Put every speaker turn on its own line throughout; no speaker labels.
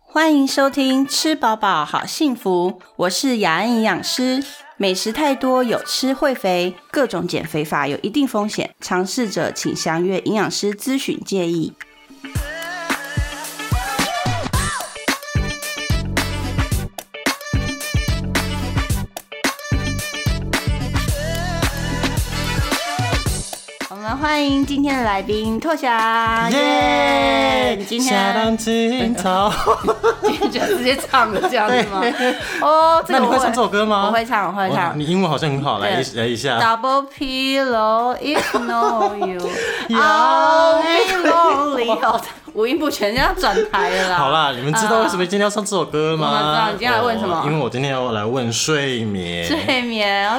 欢迎收听《吃饱饱好幸福》，我是雅安营养师。美食太多，有吃会肥，各种减肥法有一定风险，尝试者请详阅营养师咨询建议。我们欢迎今天的来宾拓翔，耶！你今
下
天
浪惊涛，
就直接唱了这样子吗？哦，这
那
个
你
我
会唱这首歌吗？
我会唱，我会
哇
唱
你。啊英文好像很好，来一
对
来一下。
Double pillow, ignore you,
有
I'll be lonely。哦五音不全，人家转台了啦。
好啦，你们知道为什么
嗯？
今天要唱这首歌
我们知
吗
道？你今天要问什么
哦因为我今天要来问睡眠。
睡眠
大家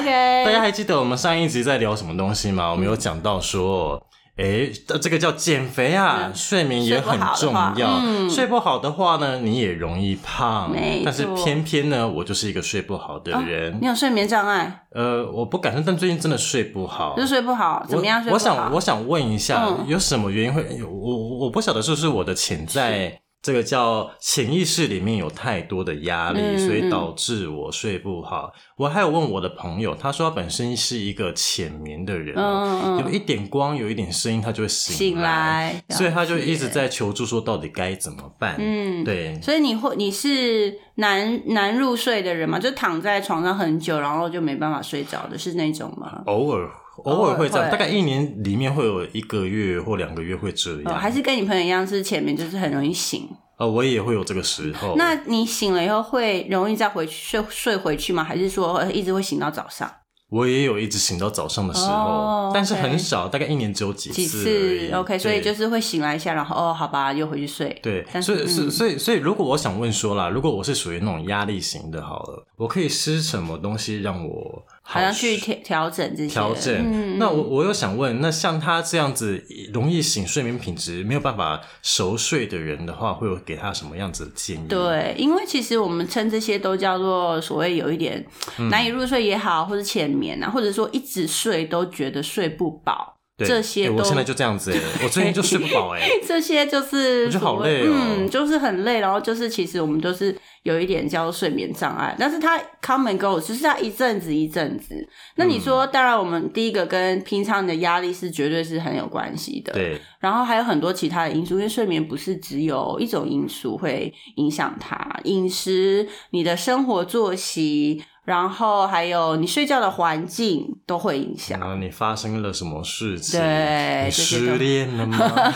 ，OK。
还记得我们上一集在聊什么东西吗？我们有讲到说。诶，这这个叫减肥啊，睡眠也很
嗯睡
重
不好的嗯
要。睡不好的话呢，你也容易胖
没错。哦
但是偏偏呢，我就是一个睡不好的人
你。有睡眠障碍，
呃，我不敢说，但最近真的睡不好
就。是睡不好，怎么样睡
我
不
我
好？
想，我想问一下，
嗯
有什么原因会？有我我我不晓得是不是我的潜在这个叫潜意识里面有太多的压力，
嗯
所以导致我睡不好。我还有问我的朋友，他说他本身是一个浅眠的人哦，
嗯嗯
有一点光，有一点声音，他就会醒
醒来，
所以他就一直在求助，说到底该怎么办？
嗯。
对，
所以你会你是难难入睡的人吗？就躺在床上很久，然后就没办法睡着的是那种吗？
偶尔
偶
偶
尔
尔会这样，
会
大概一年里面会有一个月或两个月会这
哦，
样，
还是跟你朋友一样，是前面就是很容易醒。
呃，我也会有这个时候。
那你醒了以后会容易再回去睡睡回去吗？还是说呃一直会醒到早上
我也有一直醒到早上的时候，
哦
但是
OK
很少，大概一年只有几
几
次而已。
？OK，所以
对
就是会醒来一下，然后哦，好吧，又回去睡。
对，
但
所以
嗯
所以所以所以，如果我想问说啦，如果我是属于那种压力型的，好了，我可以吃什么东西让我
好
好
像去调调整这些
调整？
嗯
那我我又想问，那像他这样子容易醒、睡眠品质没有办法熟睡的人的话，会有给他什么样子的建议？，
对，因为其实我们称这些都叫做所谓有一点
嗯
难以入睡也好，或者浅眠啊，或者说一直睡都觉得睡不饱，
对
这些
欸
都
我现在就这 样子、欸，我最近就睡不饱哎、
这些就是
我觉得好
所谓
累哦
嗯，就是很累，然后就是其实我们都是有一点叫睡眠障碍，但是它 come and go，就是它一阵子一阵子。那你说，
嗯
当然我们第一个跟平常的压力是绝对是很有关系的，。
对，
然后还有很多其他的因素，因为睡眠不是只有一种因素会影响它，饮食、你的生活作息，然后还有你睡觉的环境都会影响
然。后你发生了什么事情？
对这
你
些都
失恋了吗？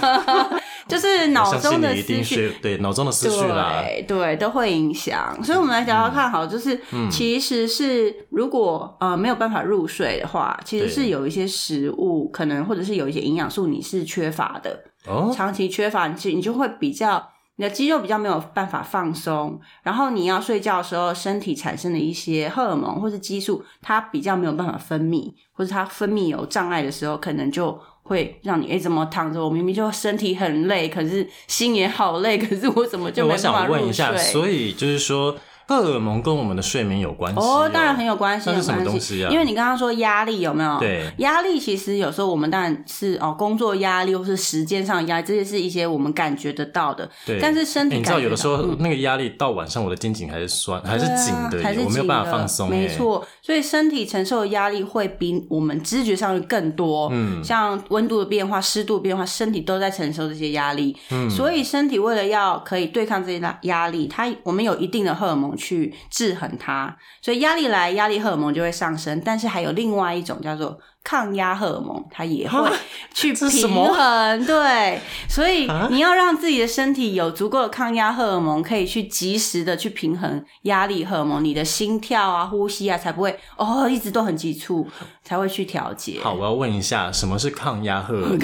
就是脑
我相
中
信
的
你一
思
定
绪
是对脑中的思绪啦。
对对，都会影响。所以，我们来聊聊看，好了，就是、
嗯
其实是如果呃没有办法入睡的话，其实是
对
有一些食物可能或者是有一些营养素你是缺乏的，
哦，
长期缺乏，你就你就会比较。你的肌肉比较没有办法放松，然后你要睡觉的时候，身体产生的一些荷尔蒙或是激素，它比较没有办法分泌，或者它分泌有障碍的时候，可能就会让你哎、诶怎么躺着？我明明就身体很累，可是心也好累， 可是我怎么就没
那我
办法
想
入
问
睡？
一下，所以就是说，荷尔蒙跟我们的睡眠有关系啊
哦，当然很有关系，
那是
有
什么
关
东
系
西啊
因为你刚刚说压力有没有？
对
压力其实有时候我们当然是哦，工作压力或是时间上的压力，这些是一些我们感觉得到的。
对，
但是身体
欸你知道，有的时
感觉到嗯
候那个压力到晚上，我的肩颈还是酸，还是
对啊
紧的
还
耶，
是
我没有
紧
办法
的
放松。
没，错，所以身体承受的压力会比我们知觉上的更多。嗯，像温度的变化、湿度的变化，身体都在承受这些压力。嗯，所以身体为了要可以对抗这些压压力，它我们有一定的荷尔蒙去制衡它，所以压力来，压力荷尔蒙就会上升。但是还有另外一种叫做。抗压荷尔蒙，它也会去
这是
平
什么
衡，对，所以
啊
你要让自己的身体有足够的抗压荷尔蒙，可以去及时的去平衡压力荷尔蒙，你的心跳啊、呼吸啊，才不会哦一直都很急促，才会去调节。
好，我要问一下，什么是抗压荷尔 蒙？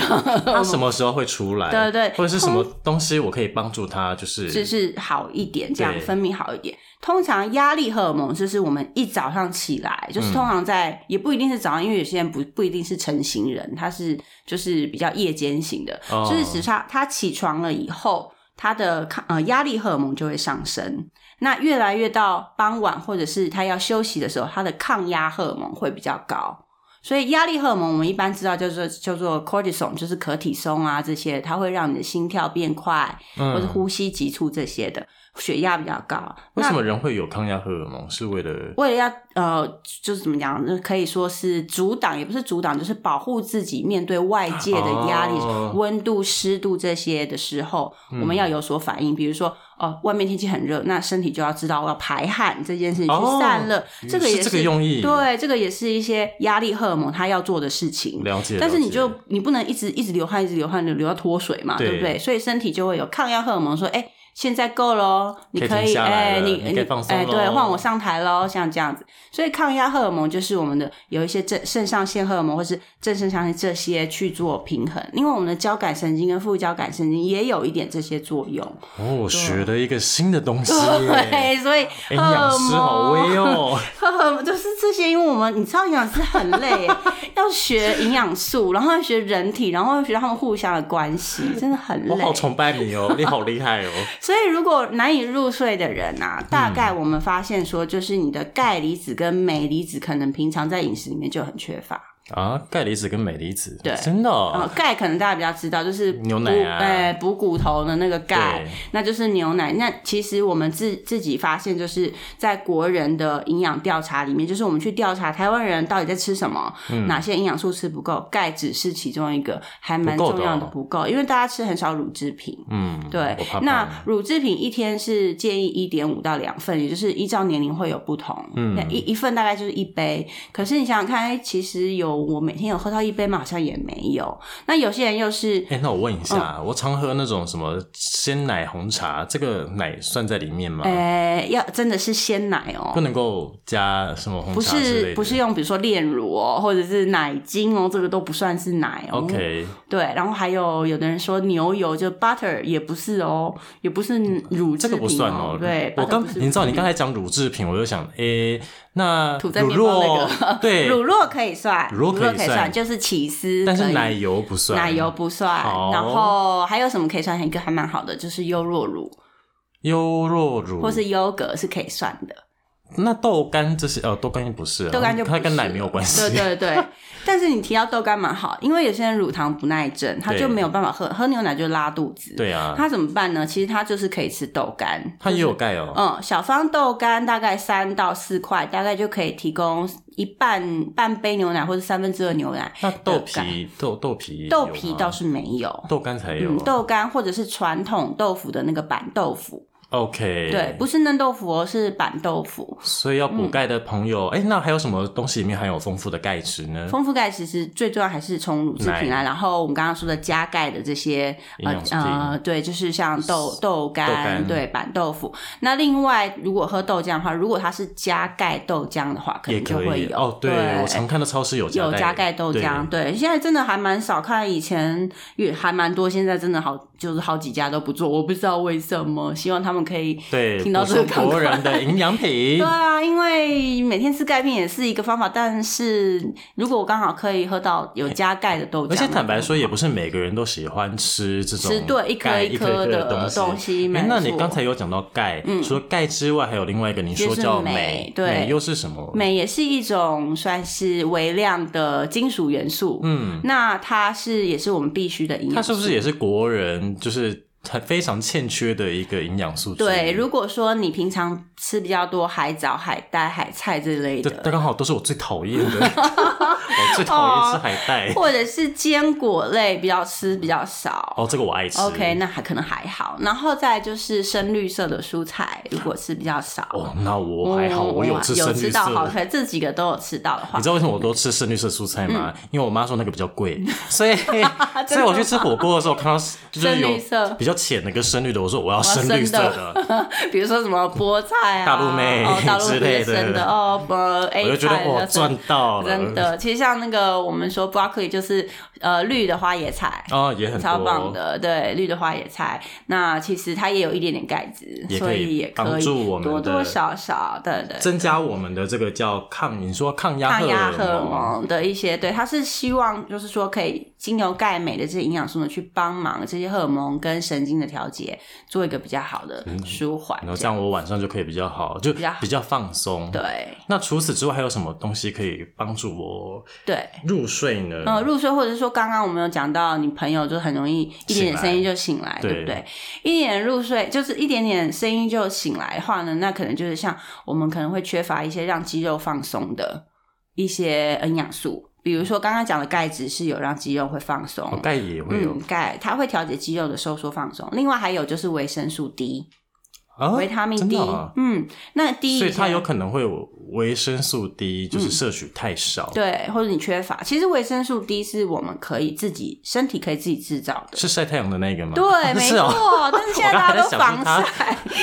它什么时候会出来？
对对
或者是什么东西我可以帮助它？就是
就是好一点，这样
对
分泌好一点。通常压力荷尔蒙就是我们一早上起来，
嗯
就是通常在、也不一定是早上，因为有些人不不一定是成型人，他是就是比较夜间型的，
哦
就是指他他起床了以后，他的抗呃压力荷尔蒙就会上升。那越来越到傍晚或者是他要休息的时候，他的抗压荷尔蒙会比较高。所以压力荷尔蒙我们一般知道叫做叫做 cortisol，就是可体松啊这些，它会让你的心跳变快，
嗯
或者呼吸急促这些的，血压比较高。啊
为
那
什么人会有抗压荷尔蒙？是为了
为了要呃，就是怎么讲，就是可以说是阻挡，也不是阻挡，就是保护自己面对外界的压力、
哦嗯
温度、湿度这些的时候，我们要有所反应。比如说，哦、外面天气很热，那身体就要知道要排汗这件事情，
哦
去散热，这个也
是这个用意
对，这个也是一些压力荷尔蒙它要做的事情。
了解？
但是
了
你
解
就你不能一直一直流汗，一直流汗，流流到脱水嘛，
对
对不对？所以身体就会有抗压荷尔蒙，说，哎、现在够喽，你
可以停
以，
下来
哎、
了
你
你可以放松
哎、
咯
对，换我上台喽，像这样子。所以抗压荷尔蒙就是我们的有一些正肾上腺荷尔蒙或是正肾上腺这些去做平衡，因为我们的交感神经跟副交感神经也有一点这些作用。
哦，我学了一个新的东西耶，
对， 所以
营
荷
哎养
尔
师
蒙
好威哦。
就是这些，因为我们你知道营养师很累耶， 要学营养素，然后要学人体，然后要学他们互相的关系，真的很
我
累。
好崇拜 你哦，你好厉害哦。
所以如果难以入睡的人啊，大概我们发现说，就是你的钙离子跟镁离子可能平常在饮食里面就很缺乏。
啊，钙离子跟镁离子，
对
真的哦、
啊，钙可能大家比较知道，就是补
牛奶啊
哎补骨头的那个钙
对，
那就是牛奶。那其实我们自自己发现，就是在国人的营养调查里面，就是我们去调查台湾人到底在吃什么，
嗯
哪些营养素吃不够，钙只是其中一个，还蛮
不够的
重要的
哦
不够，因为大家吃很少乳制品。
嗯，
对
我怕，
那
胖
乳制品一天是建议一点五到两份，也就是依照年龄会有不同。嗯，一一份大概就是一杯。可是你想想看，哎，其实有我每天有喝到一杯吗？好像也没有。那有些人又是
哎、那我问一下、
嗯
我常喝那种什么鲜奶红茶，这个奶算在里面吗？
呃，要真的是鲜奶哦、
不能够加什么红
不
茶之类
是
的，
不是用比如说炼乳哦、或者是奶精哦、这个都不算是奶哦、
OK，
对，然后还有有的人说牛油就 butter 也不是哦、也不是乳制
这
品、
个不算哦。
对，
我
butter
刚
不是
你知道
乳
你
制
刚才讲乳制品，我就想，哎、那
吐在
乳
面包那
酪、
个
对，
乳酪可以算，
乳
乳
酪可
酪
以算
就是起司，
但是
可以
奶油不算，哦
奶油不算
好。
然后还有什么可以算？一个还蛮好的，就是优酪乳
优酪乳
或是优格是可以算的，
那豆干这些哦，豆干不是啊，
豆干就不
它
是
跟奶没有关系。
对对对，但是你提到豆干蛮好，因为有些人乳糖不耐症，他
对
就没有办法喝喝牛奶就拉肚子。
对啊，
他怎么办呢？其实他就是可以吃豆干，
它也有钙哦。
嗯，小方豆干大概三到四块，大概就可以提供一半半杯牛奶或者三分之二牛奶。
那豆
豆
皮豆豆皮有啊
豆皮
吗
倒是没有，
豆干才有啊
嗯，。豆干或者是传统豆腐的那个板豆腐，
OK，
对，，不嗯是嫩豆腐哦，是板豆腐。
所以要补钙的朋友，哎，那还有什么东西里面含有丰富的钙质呢？
丰富钙其实最重要还是从乳制品啊
奶
来，然后我们刚刚说的加钙的这些
营
呃
养素
呃，对，就是像豆豆干
豆干
对板豆腐。那另外，如果喝豆浆的话，如果它是加钙豆浆的话，可
也
能就
可
会
以
有
哦。对，我常看到超市有
有加钙
钙
豆浆，对，现在真的还蛮少看，以前也还蛮多，现在真的好就是好几家都不做，我不知道为什么，希望他们可以
对，
听到
补
这个
充国人的营养 品
对啊，因为每天吃钙片也是一个方法，但是如果我刚好可以喝到有加钙的豆浆，
而且坦白说，也不是每个人都喜欢吃这种
吃对一颗
钙
一
一
颗
颗
的
东西。
东西
诶
没
哎那你
错
刚才有讲到钙，除了钙之外，还有另外一个你
嗯
说
就是
叫
镁
镁，
对
镁又是什么？
镁也是一种算是微量的金属元素，嗯，那它是也是我们必须的营
它
养素。
是不是也是国人就是很非常欠缺的一个营养素之一？
对，如果说你平常吃比较多海藻、海带、海菜这类
这
的，
这刚好都是我最讨 厌的，我最讨厌吃海带。
或者是坚果类比较吃比较少。
哦，这个我爱吃。
OK，那还可能还好。然后再来就是深绿色的蔬菜，如果吃比较少，
哦，那我还好，
嗯
我有吃深绿
到
色
好
的。
菜，这几个都有吃到的话
你知，道为什么我都吃深绿色蔬菜吗？
嗯
因为我妈说那个比较 贵，所以所以我去吃火锅的时候看到就是
深绿色
有比较浅的跟深绿的，我说我要
要
深绿色
深
的，
比如说什么菠菜啊、
大陆妹
哦、大陆
之类
妹
的
生的哦，呃，A
我就觉得
菜
我
的
赚到了，
真的，其实像那个我们说 broccoli 就是呃绿的花椰菜。
哦，也很多
超棒，的，对，绿的花野菜。那其实它也有一点点钙质
也，
所
可以
也
帮
可以
助我们
多
的
多少少，对对
增加我们的这个叫抗，你说抗压
抗压荷
荷
尔
尔蒙，
蒙的一些，对，它是希望就是说可以精油钙镁的这些营养素呢，去帮忙这些荷尔蒙跟神经的调节，做一个比较好的舒缓
嗯然后。这
这样
样我晚上就可以比较好，就
比较好
比较放松。。
对
那除此之外还有什么东西可以帮助我
对，
入睡呢？
嗯，入睡或者是说刚刚我们有讲到，你朋友就很容易一点点声音就醒来，
对
对不对？一点入睡就是一点点声音就醒来的话呢，那可能就是像我们可能会缺乏一些让肌肉放松的一些营养素，比如说刚刚讲的钙质是有让肌肉会放松，
哦钙也会有
嗯，钙它会调节肌肉的收缩放松，另外还有就是维生素 D、
啊，
维他命
真
D，、
的啊
嗯，那 D
所以
以
它
前
有可能会有维生素 D，就是摄取太少，
对，或者你缺乏，其实维生素 D 是我们可以自己身体可以自己制造的，
是晒太阳的那个吗？
对，没
是
错。
哦。
但是现 在大家都防晒，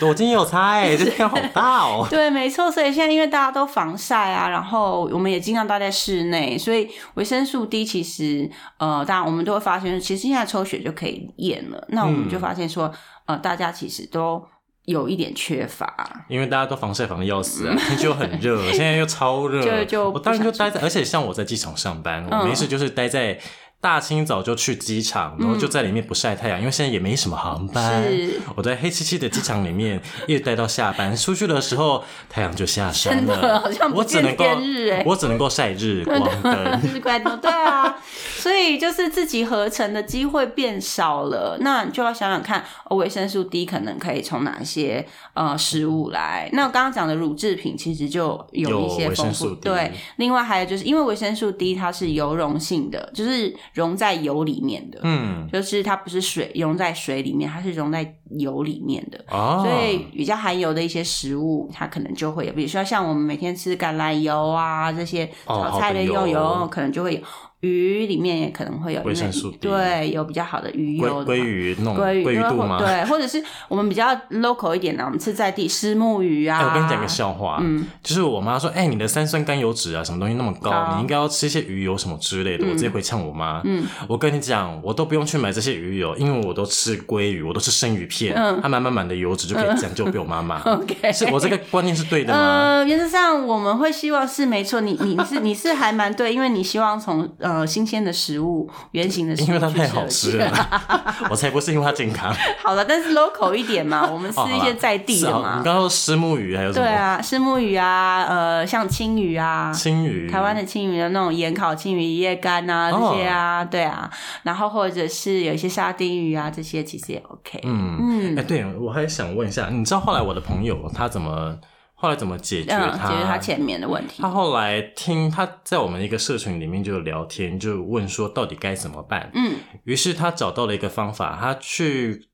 我今天有猜，这天好大哦。
对，没错。所以现在因为大家都防晒啊，然后我们也尽量待在室内，所以维生素 D 其实呃，当然我们都会发现，其实现在抽血就可以验了。那我们
嗯
就发现说，呃，大家其实都有一点缺乏。
因为大家都防晒防的要死啊， 天气又很 热，现在又超热，
嗯就就
我当然
不
就
想
待在，而且像我在机场上班，我
嗯
没事就是待在大清早就去机场，然后就在里面不晒太阳，因为现在也没什么航 班
是。
我在黑漆漆的机场里面一直待到下班，出去的时候太阳就下山
真的
了，
好像不
我只能够
见天日欸
我只能够晒日光灯。
就是怪多，对啊，所以就是自己合成的机会变少了，那你就要想想看，哦维生素 D 可能可以从哪些呃食物来？那我刚刚讲的乳制品其实就有一
有
些
维
丰
生素
富，
D
对。另外还有就是因为维生素 D 它是油溶性的，就是溶在油里面的，
嗯，
就是它不是水溶在水里面，它是溶在油里面的。
哦，
所以比较含油的一些食物，它可能就会有，比如说像我们每天吃橄榄油啊这些
哦
炒菜的用油，
好的油
可能就会有鱼里面也可能会有
维生素 D
对，有比较好的鱼
鲑
油的话
鲑。鱼那种
鲑鱼
鲑鱼
对
肚
或
吗？
对，或者是我们比较 local 一点的，我们吃在地石目鱼啊。嗯
哎，我跟你讲个笑话，就是我妈说，哎、你的三酸甘油脂啊，什么东西那么高，
高嗯
你应该要吃一些鱼油什么之类的。我直接回呛我妈，我跟你讲，我都不用去买这些鱼油，因为我都吃鲑鱼，我都吃生鱼片，
嗯
它满满满的油脂就可以降就被我妈骂。
OK
是我这 个观念是对的吗？
呃，原则上我们会希望是没错，你你你是你是还蛮对，因为你希望从呃新鲜的食物、原型的食物
因为它
去
太好
摄
吃
取。
了，我才不是因为它 健康。
好了，但是 local 一点 嘛，我们吃
哦
一
好
些
啦
在地
是
的
啊
嘛。
你刚刚说石目鱼还有什
对
么
啊，石目鱼啊，呃，像青鱼啊，
青鱼？
台湾的青鱼的那种盐烤青鱼、一夜干啊
哦
这些啊，对啊，然后或者是有一些沙丁鱼啊，这些其实也 OK。
嗯，哎、对我还想问一下，你知道后来我的朋友他怎么后来怎么解决
嗯，
他？
解决他前面的问题
他。后来听他在我们一个社群里面就有聊天，就问说到底该怎么办。
嗯，
于是他找到了一个方法，他去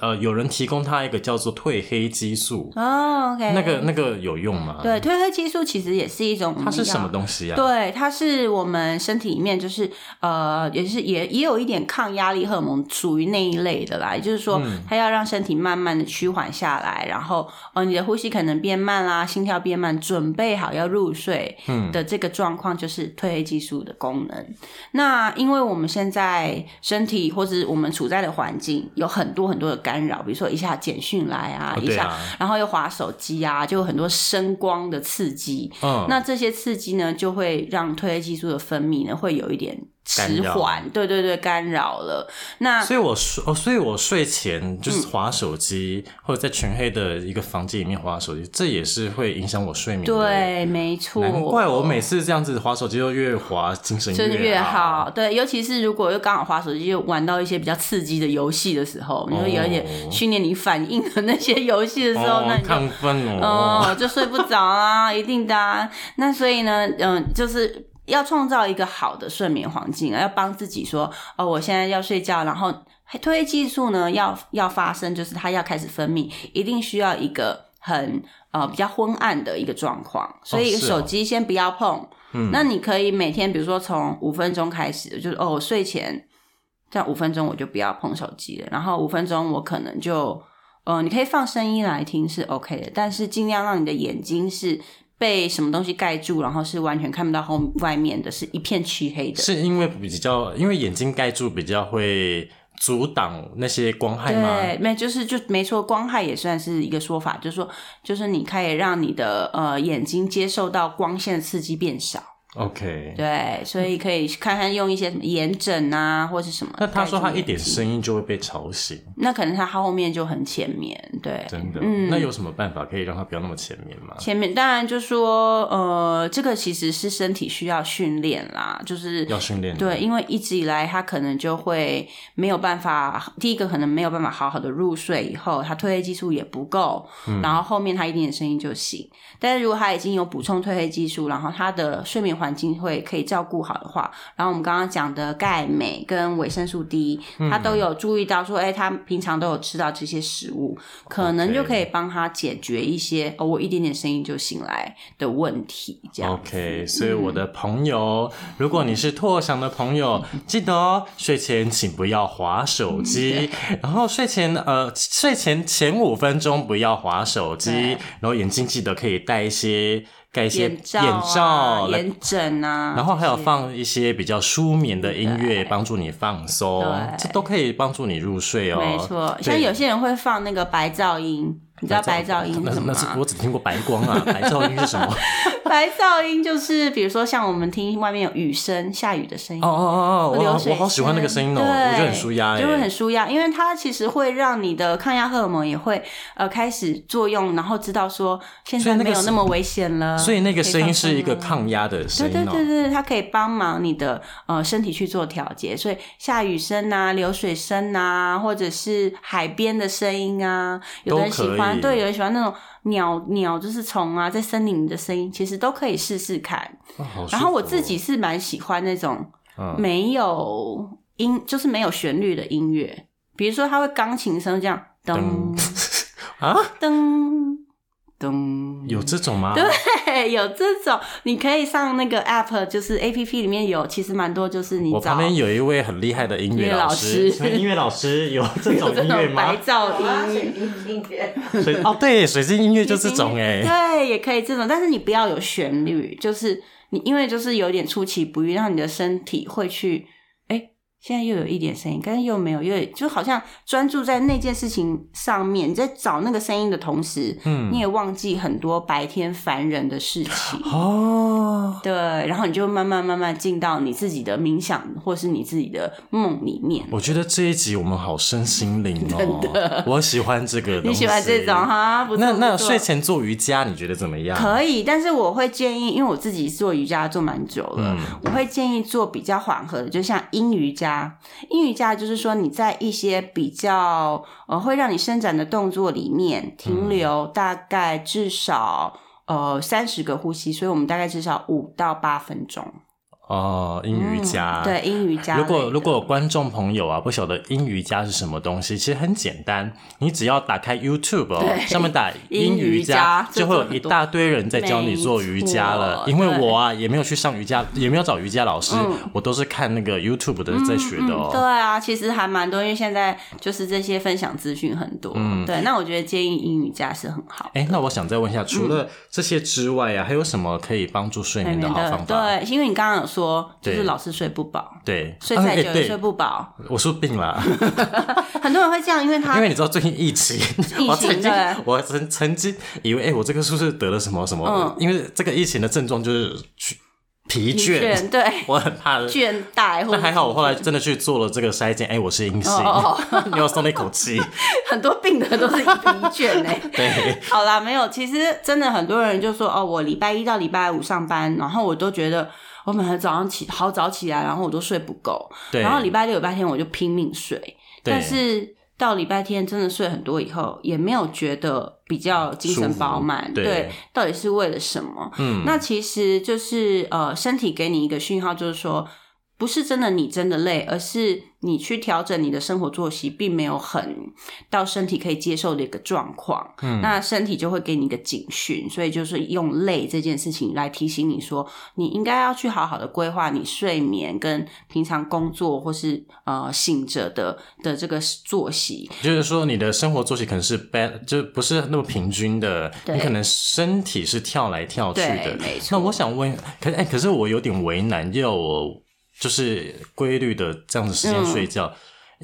呃有人提供他一个叫做褪黑激素，
哦，OK，
那个那个有用吗？，
对褪黑激素其实也是一种，
它是什么东西啊？
对，它是我们身体里面就是呃，也是也也有一点抗压力荷尔蒙，属于那一类的啦。也就是
嗯
说，它要让身体慢慢的趋缓下来，然后呃，你的呼吸可能变慢啦，心跳变慢，准备好要入睡
嗯
的这个状况，就是褪黑激素的功能。那因为我们现在身体或者我们处在的环境有很多很多的干扰，比如说一下简讯来啊，
哦
一
对
下
啊，
然后又划手机啊，就有很多声光的刺激。
嗯，
那这些刺激呢，就会让褪黑激素的分泌呢，会有一点
干
迟
扰
缓，对对对，干扰了。那
所以我睡哦，所以我睡前就
嗯
是划手机，或者在全黑的一个房间里面划手机，这也是会影响我睡眠的。，
对，没错，
难怪我每次这样子划手机就越划精神
就是越
好。
好，对，尤其是如果又刚好滑手机，又玩到一些比较刺激的游戏的时候，你会有一点
哦
训练你反应的那些游戏的时候，那
哦
你，就
亢奋哦。
哦，就睡不着啊，一定的、啊。那所以呢，嗯，就是要创造一个好的睡眠环境啊，要帮自己说，哦，我现在要睡觉，然后哎褪黑激素呢要要发生，就是它要开始分泌，一定需要一个很呃比较昏暗的一个状况，所以
是哦
手机先不要碰。那你可以每天，比如说从五分钟开始，就是哦，我睡前这样五分钟我就不要碰手机了，然后五分钟我可能就，呃，你可以放声音来听是 OK 的，但是尽量让你的眼睛是被什么东西盖住，然后是完全看不到后外面的，是一片漆黑的。
是因为比较，因为眼睛盖住比较会阻挡那些光害吗？
对，没就是就没错，光害也算是一个说法，就是说就是你可以让你的呃眼睛接受到光线的刺激变少。
OK，
对，所以可以看看用一些什么眼枕啊，或是什么。
那他说他一
点
点声音就会被吵醒，
那可能他后面就很浅眠，对，
真的。
嗯
那有什么办法可以让他不要那么前面吗？
前面当然就说，呃，这个其实是身体需要训练啦，就是
要训练
对，因为一直以来他可能就会没有办法，第一个可能没有办法好好的入睡，以后他褪黑激素也不够，
嗯
然后后面他一点点声音就醒。但是如果他已经有补充褪黑激素，然后他的睡眠环境会可以照顾好的话，然后我们刚刚讲的钙、镁跟维生素 D，他
嗯
都有注意到说，哎、他平常都有吃到这些食物，可能就可以帮他解决一些哦，我一点点声音就醒来的问题，这样。
OK，所以我的朋友，如果你是拓想的朋友，记得哦，睡前请不要划手
嗯
机，然后睡前呃，睡前前五分钟不要划手机，
对
然后眼睛记得可以戴一些盖一些
眼罩、啊、
罩来
眼枕啊，
然后还有放一些比较舒眠的音乐，帮助你放松，
对
这都可以帮助你入睡哦。
没错，
对
像有些人会放那个白噪音，你知道白噪音
那
是什么
那是
吗？
我只听过白光啊， 白噪音 是什么？
白噪音就是比如说像我们听外面有雨声、下雨的声音。
哦哦哦哦，我
流
好
水
我好喜欢那个声音哦，我觉得很舒压
对就会很
哎。
舒压，因为它其实会让你的抗压荷尔蒙也会呃开始作用，然后知道说现
所以
在
那
没
个
有
是
那么危险了。
所以那个
可以
声音
放
是一个
松了
抗压的声
对
音
对
哦。
对对，它可以帮忙你的呃身体去做调节，所以下雨声啊、流水声啊，或者是海边的声音啊，有的人喜
都可以哦
欢，对，有人喜欢那种鸟鸟就是虫啊在森林里的声音，其实都可以试试看。
哇好舒
然后我
服
自
哦
己是蛮喜欢那种
嗯
没有音，就是没有旋律的音乐，比如说它会钢琴声这样噔
啊，
噔噔，
有这种吗？
对，有这种，你可以上那个 app，就是 app 里面有，其实蛮多，就是你
我
找
旁边有一位很厉害的音
音
乐
乐
老
老师
师，请问音乐老师有 这
有
种
这
音乐
种白
吗？
噪音。
所以哦，对，水晶音乐就这种哎。
对，也可以这种，但是你不要有旋律，就是你因为就是有点出其不意，让你的身体会去，哎、现在又有一点声音，但是又没有，又有就好像专注在那件事情上面，你在找那个声音的同时，嗯，你也忘记很多白天烦人的事 情。
哦，
对，然后你就慢慢慢慢进到你自己的冥想或是你自己的梦里面。
我觉得这一集我们好身心灵 哦，我喜欢这个东西。
你喜欢这种？哈？不错
那那
不错
睡前做瑜伽，你觉得怎么样？
可以，但是我会建议，因为我自己做瑜伽做蛮久了，
嗯
我会建议做比较缓和的，就像阴瑜伽。阴瑜伽就是说你在一些比较呃会让你伸展的动作里面停留
嗯
大概至少。呃，三十个呼吸，所以我们大概至少五到八分钟。
哦，阴瑜伽。
嗯对，。阴瑜伽类
如
的。
果如果有观众朋友啊不晓得阴瑜伽是什么东西，其实很简单，你只要打开 YouTube 哦，
对
上面打阴
阴
瑜
瑜伽
就会
这
有
种
一
很多
大堆人在教你做瑜伽了。
没
因
错嗯
为我啊也没有去上瑜伽，也没有找瑜伽老师，我都是看那个 YouTube 的在学的
对
哦。
啊，其实还蛮多，因为现在就是这些分享资讯很多。
嗯
对，那我觉得建议英语家是很好。
哎、那我想再问一下，
嗯
除了这些之外啊，还有什么可以帮助睡
睡
眠的
眠
嗯好方法？
对，因为你刚刚有说，就
对
是老是睡不饱，
对，
睡
啊
太
哎
久也睡
对，
不饱，
我说病了。
很多人会这样，因为
因
他
为你知道最近 疫情，
情
我曾经
对
我曾曾经以为，哎、我这个是不是得了什么什么？
嗯
因为这个疫情的症状就是去疲
疲
倦，
倦，对，
我很怕的。
倦怠或者
但还好，我后来真的去做了这个筛检，哎、我是阴性，
哦
你有松了一口气。
很多病的都是疲倦哎、
对，
好啦，没有，其实真的很多人就说哦，我礼拜一到礼拜五上班，然后我都觉得我每天早上起好早起来，然后我都睡不够，
对
然后礼拜六、礼拜天我就拼命睡，
对
但是到礼拜天真的睡很多以后，也没有觉得比较精神饱
舒
满，
服对
到底是为了什么？嗯，那其实就是呃，身体给你一个讯号，就是说。不是真的你真的累，而是你去调整你的生活作息，并没有很到身体可以接受的一个状况，嗯，那身体就会给你一个警讯，所以就是用累这件事情来提醒你说，你应该要去好好的规划你睡眠跟平常工作或是呃醒着的的这个作息，
就是说你的生活作息可能是 bad，就不是那么平均的，
对
你可能身体是跳来跳去
对
的，。
没错。
那我想问，可哎、可是我有点为难，要我就是规律的这样子时间睡觉。
嗯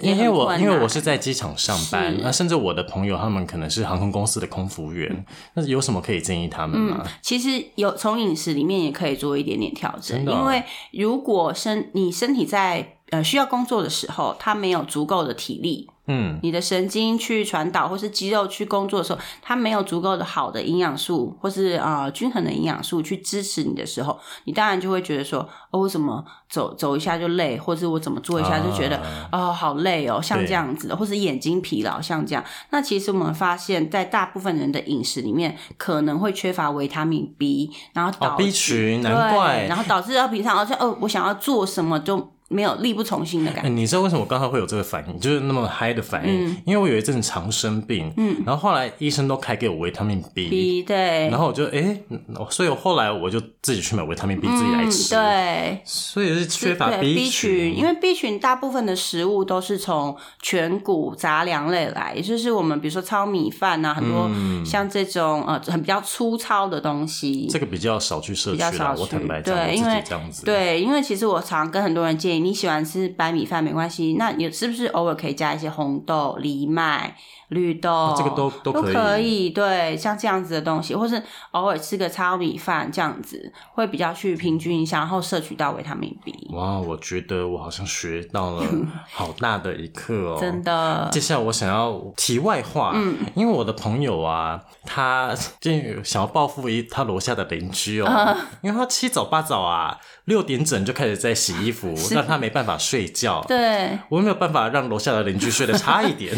也
因为
很
我
困
因为
难
我是在机场上班
是，
那甚至我的朋友他们可能是航空公司的空服员，
嗯
那有什么可以建议他们吗？
其实有从饮食里面也可以做一点点调整，
真的哦
因为如果身你身体在呃需要工作的时候，它没有足够的体力，
嗯，
你的神经去传导或是肌肉去工作的时候，它没有足够的好的营养素或是呃均衡的营养素去支持你的时候，你当然就会觉得说，哦，我怎么走走一下就累，或是我怎么做一下就觉得
啊
哦，好累哦，像这样子的，或是眼睛疲劳，像这样。那其实我们发现，在大部分人的饮食里面，可能会缺乏维他命 B，然后
哦
导
，B
致
群，
对，
难怪。
然后导致要平常，而且哦，我想要做什么就没有力不从心的感
哎
觉。
你知道为什么我刚才会有这个反应，就是那么嗨的反应？
嗯
因为我有一阵常生病，然后后来医生都开给我维他命 B，,
B 对
然，后我就哎、嗯所以我后来我就自己去买维他命 B 自己来
嗯
吃，
对，
所以是缺乏
对
B
群，因
为
为 B 群大部分的食物都是从全谷杂粮类来，也就是我们比如说糙米饭啊，很多像这种、呃很比较粗糙的东西。
嗯这个比较少去社
比较
区啦
少，
我
去
坦白讲，我
对，
自
因为
己这样子，，
对，因为其实我常跟很多人建议，你喜欢吃白米饭没关系，那你是不是偶尔可以加一些红豆、藜麦、绿豆，
啊这个都都
都
可以
以，对，像这样子的东西，或是偶尔吃个糙米饭这样子，会比较去平均一下，然后摄取到维他命 B，
哇，我觉得我好像学到 了好大的一课哦，
真的。
接下来我想要题外话，嗯，因为我的朋友啊，他 就想要报复一他楼下的邻居哦，
啊
因为他七早八早啊，六点整就开始在洗衣服，让他没办法睡觉。
对，
我没有办法让楼下的邻居睡得差 一点，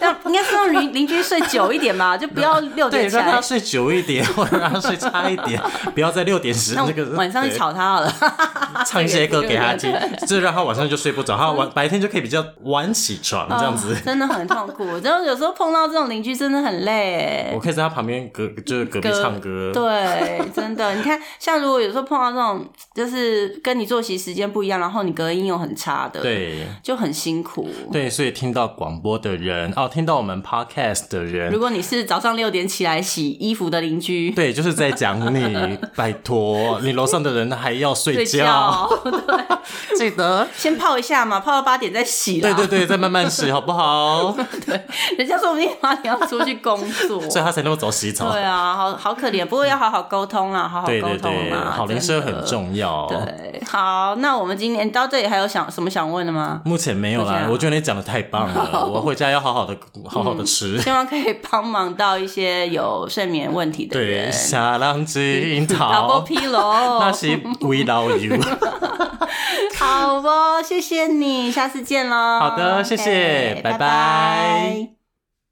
但应该是让邻 邻居睡久一点吧，就不要六
对，
点起
让他
来，
睡久一点， 或者让他睡差一 点，不要在六点时
那
那个
我晚上去
对
吵他好了。
唱一些歌给他听，这让他晚上就睡不着，他晚白天就可以比较晚起床这样子
哦。 真的很痛苦。然后有时候碰到这种邻居，真的很累
我。可以在他旁边隔就是隔壁
隔
唱 歌，
对，真的，你看，像如果有时候碰到这种，就是跟你作息时间不一样，然后你隔音又很差的，，
对。
就很辛苦。
对，所以听到广播的人，哦，听到我们 podcast 的人
如，果你是早上六点起来洗衣服的邻居，
对，就是在讲你，拜 托，你楼上的人还要睡
睡
觉，
觉
记得，
先泡一下嘛，泡到八点再洗啦。
对对对，再慢慢 洗，好不好？
对，人家说不定八点要出去工 作。
所以他才那么早洗澡
对。啊，好好可怜，不过要好好沟通啊，好好
对
沟
对
通
对，
啊，
好
真
铃
的
声很。重要。
对，好，那我们今天到这里还有想什么想问的吗？
目前没有
目前
啦
啊，
我觉得你讲的太棒 了，我回家要好好的好好的吃。
希望可以帮忙到一些有睡眠问题的
对，
人。
下浪 樱
打波
桃，
疲
那
劳，
些 we love you。
好哦，谢谢你，下次见喽。
好的谢谢
OK，
拜拜
拜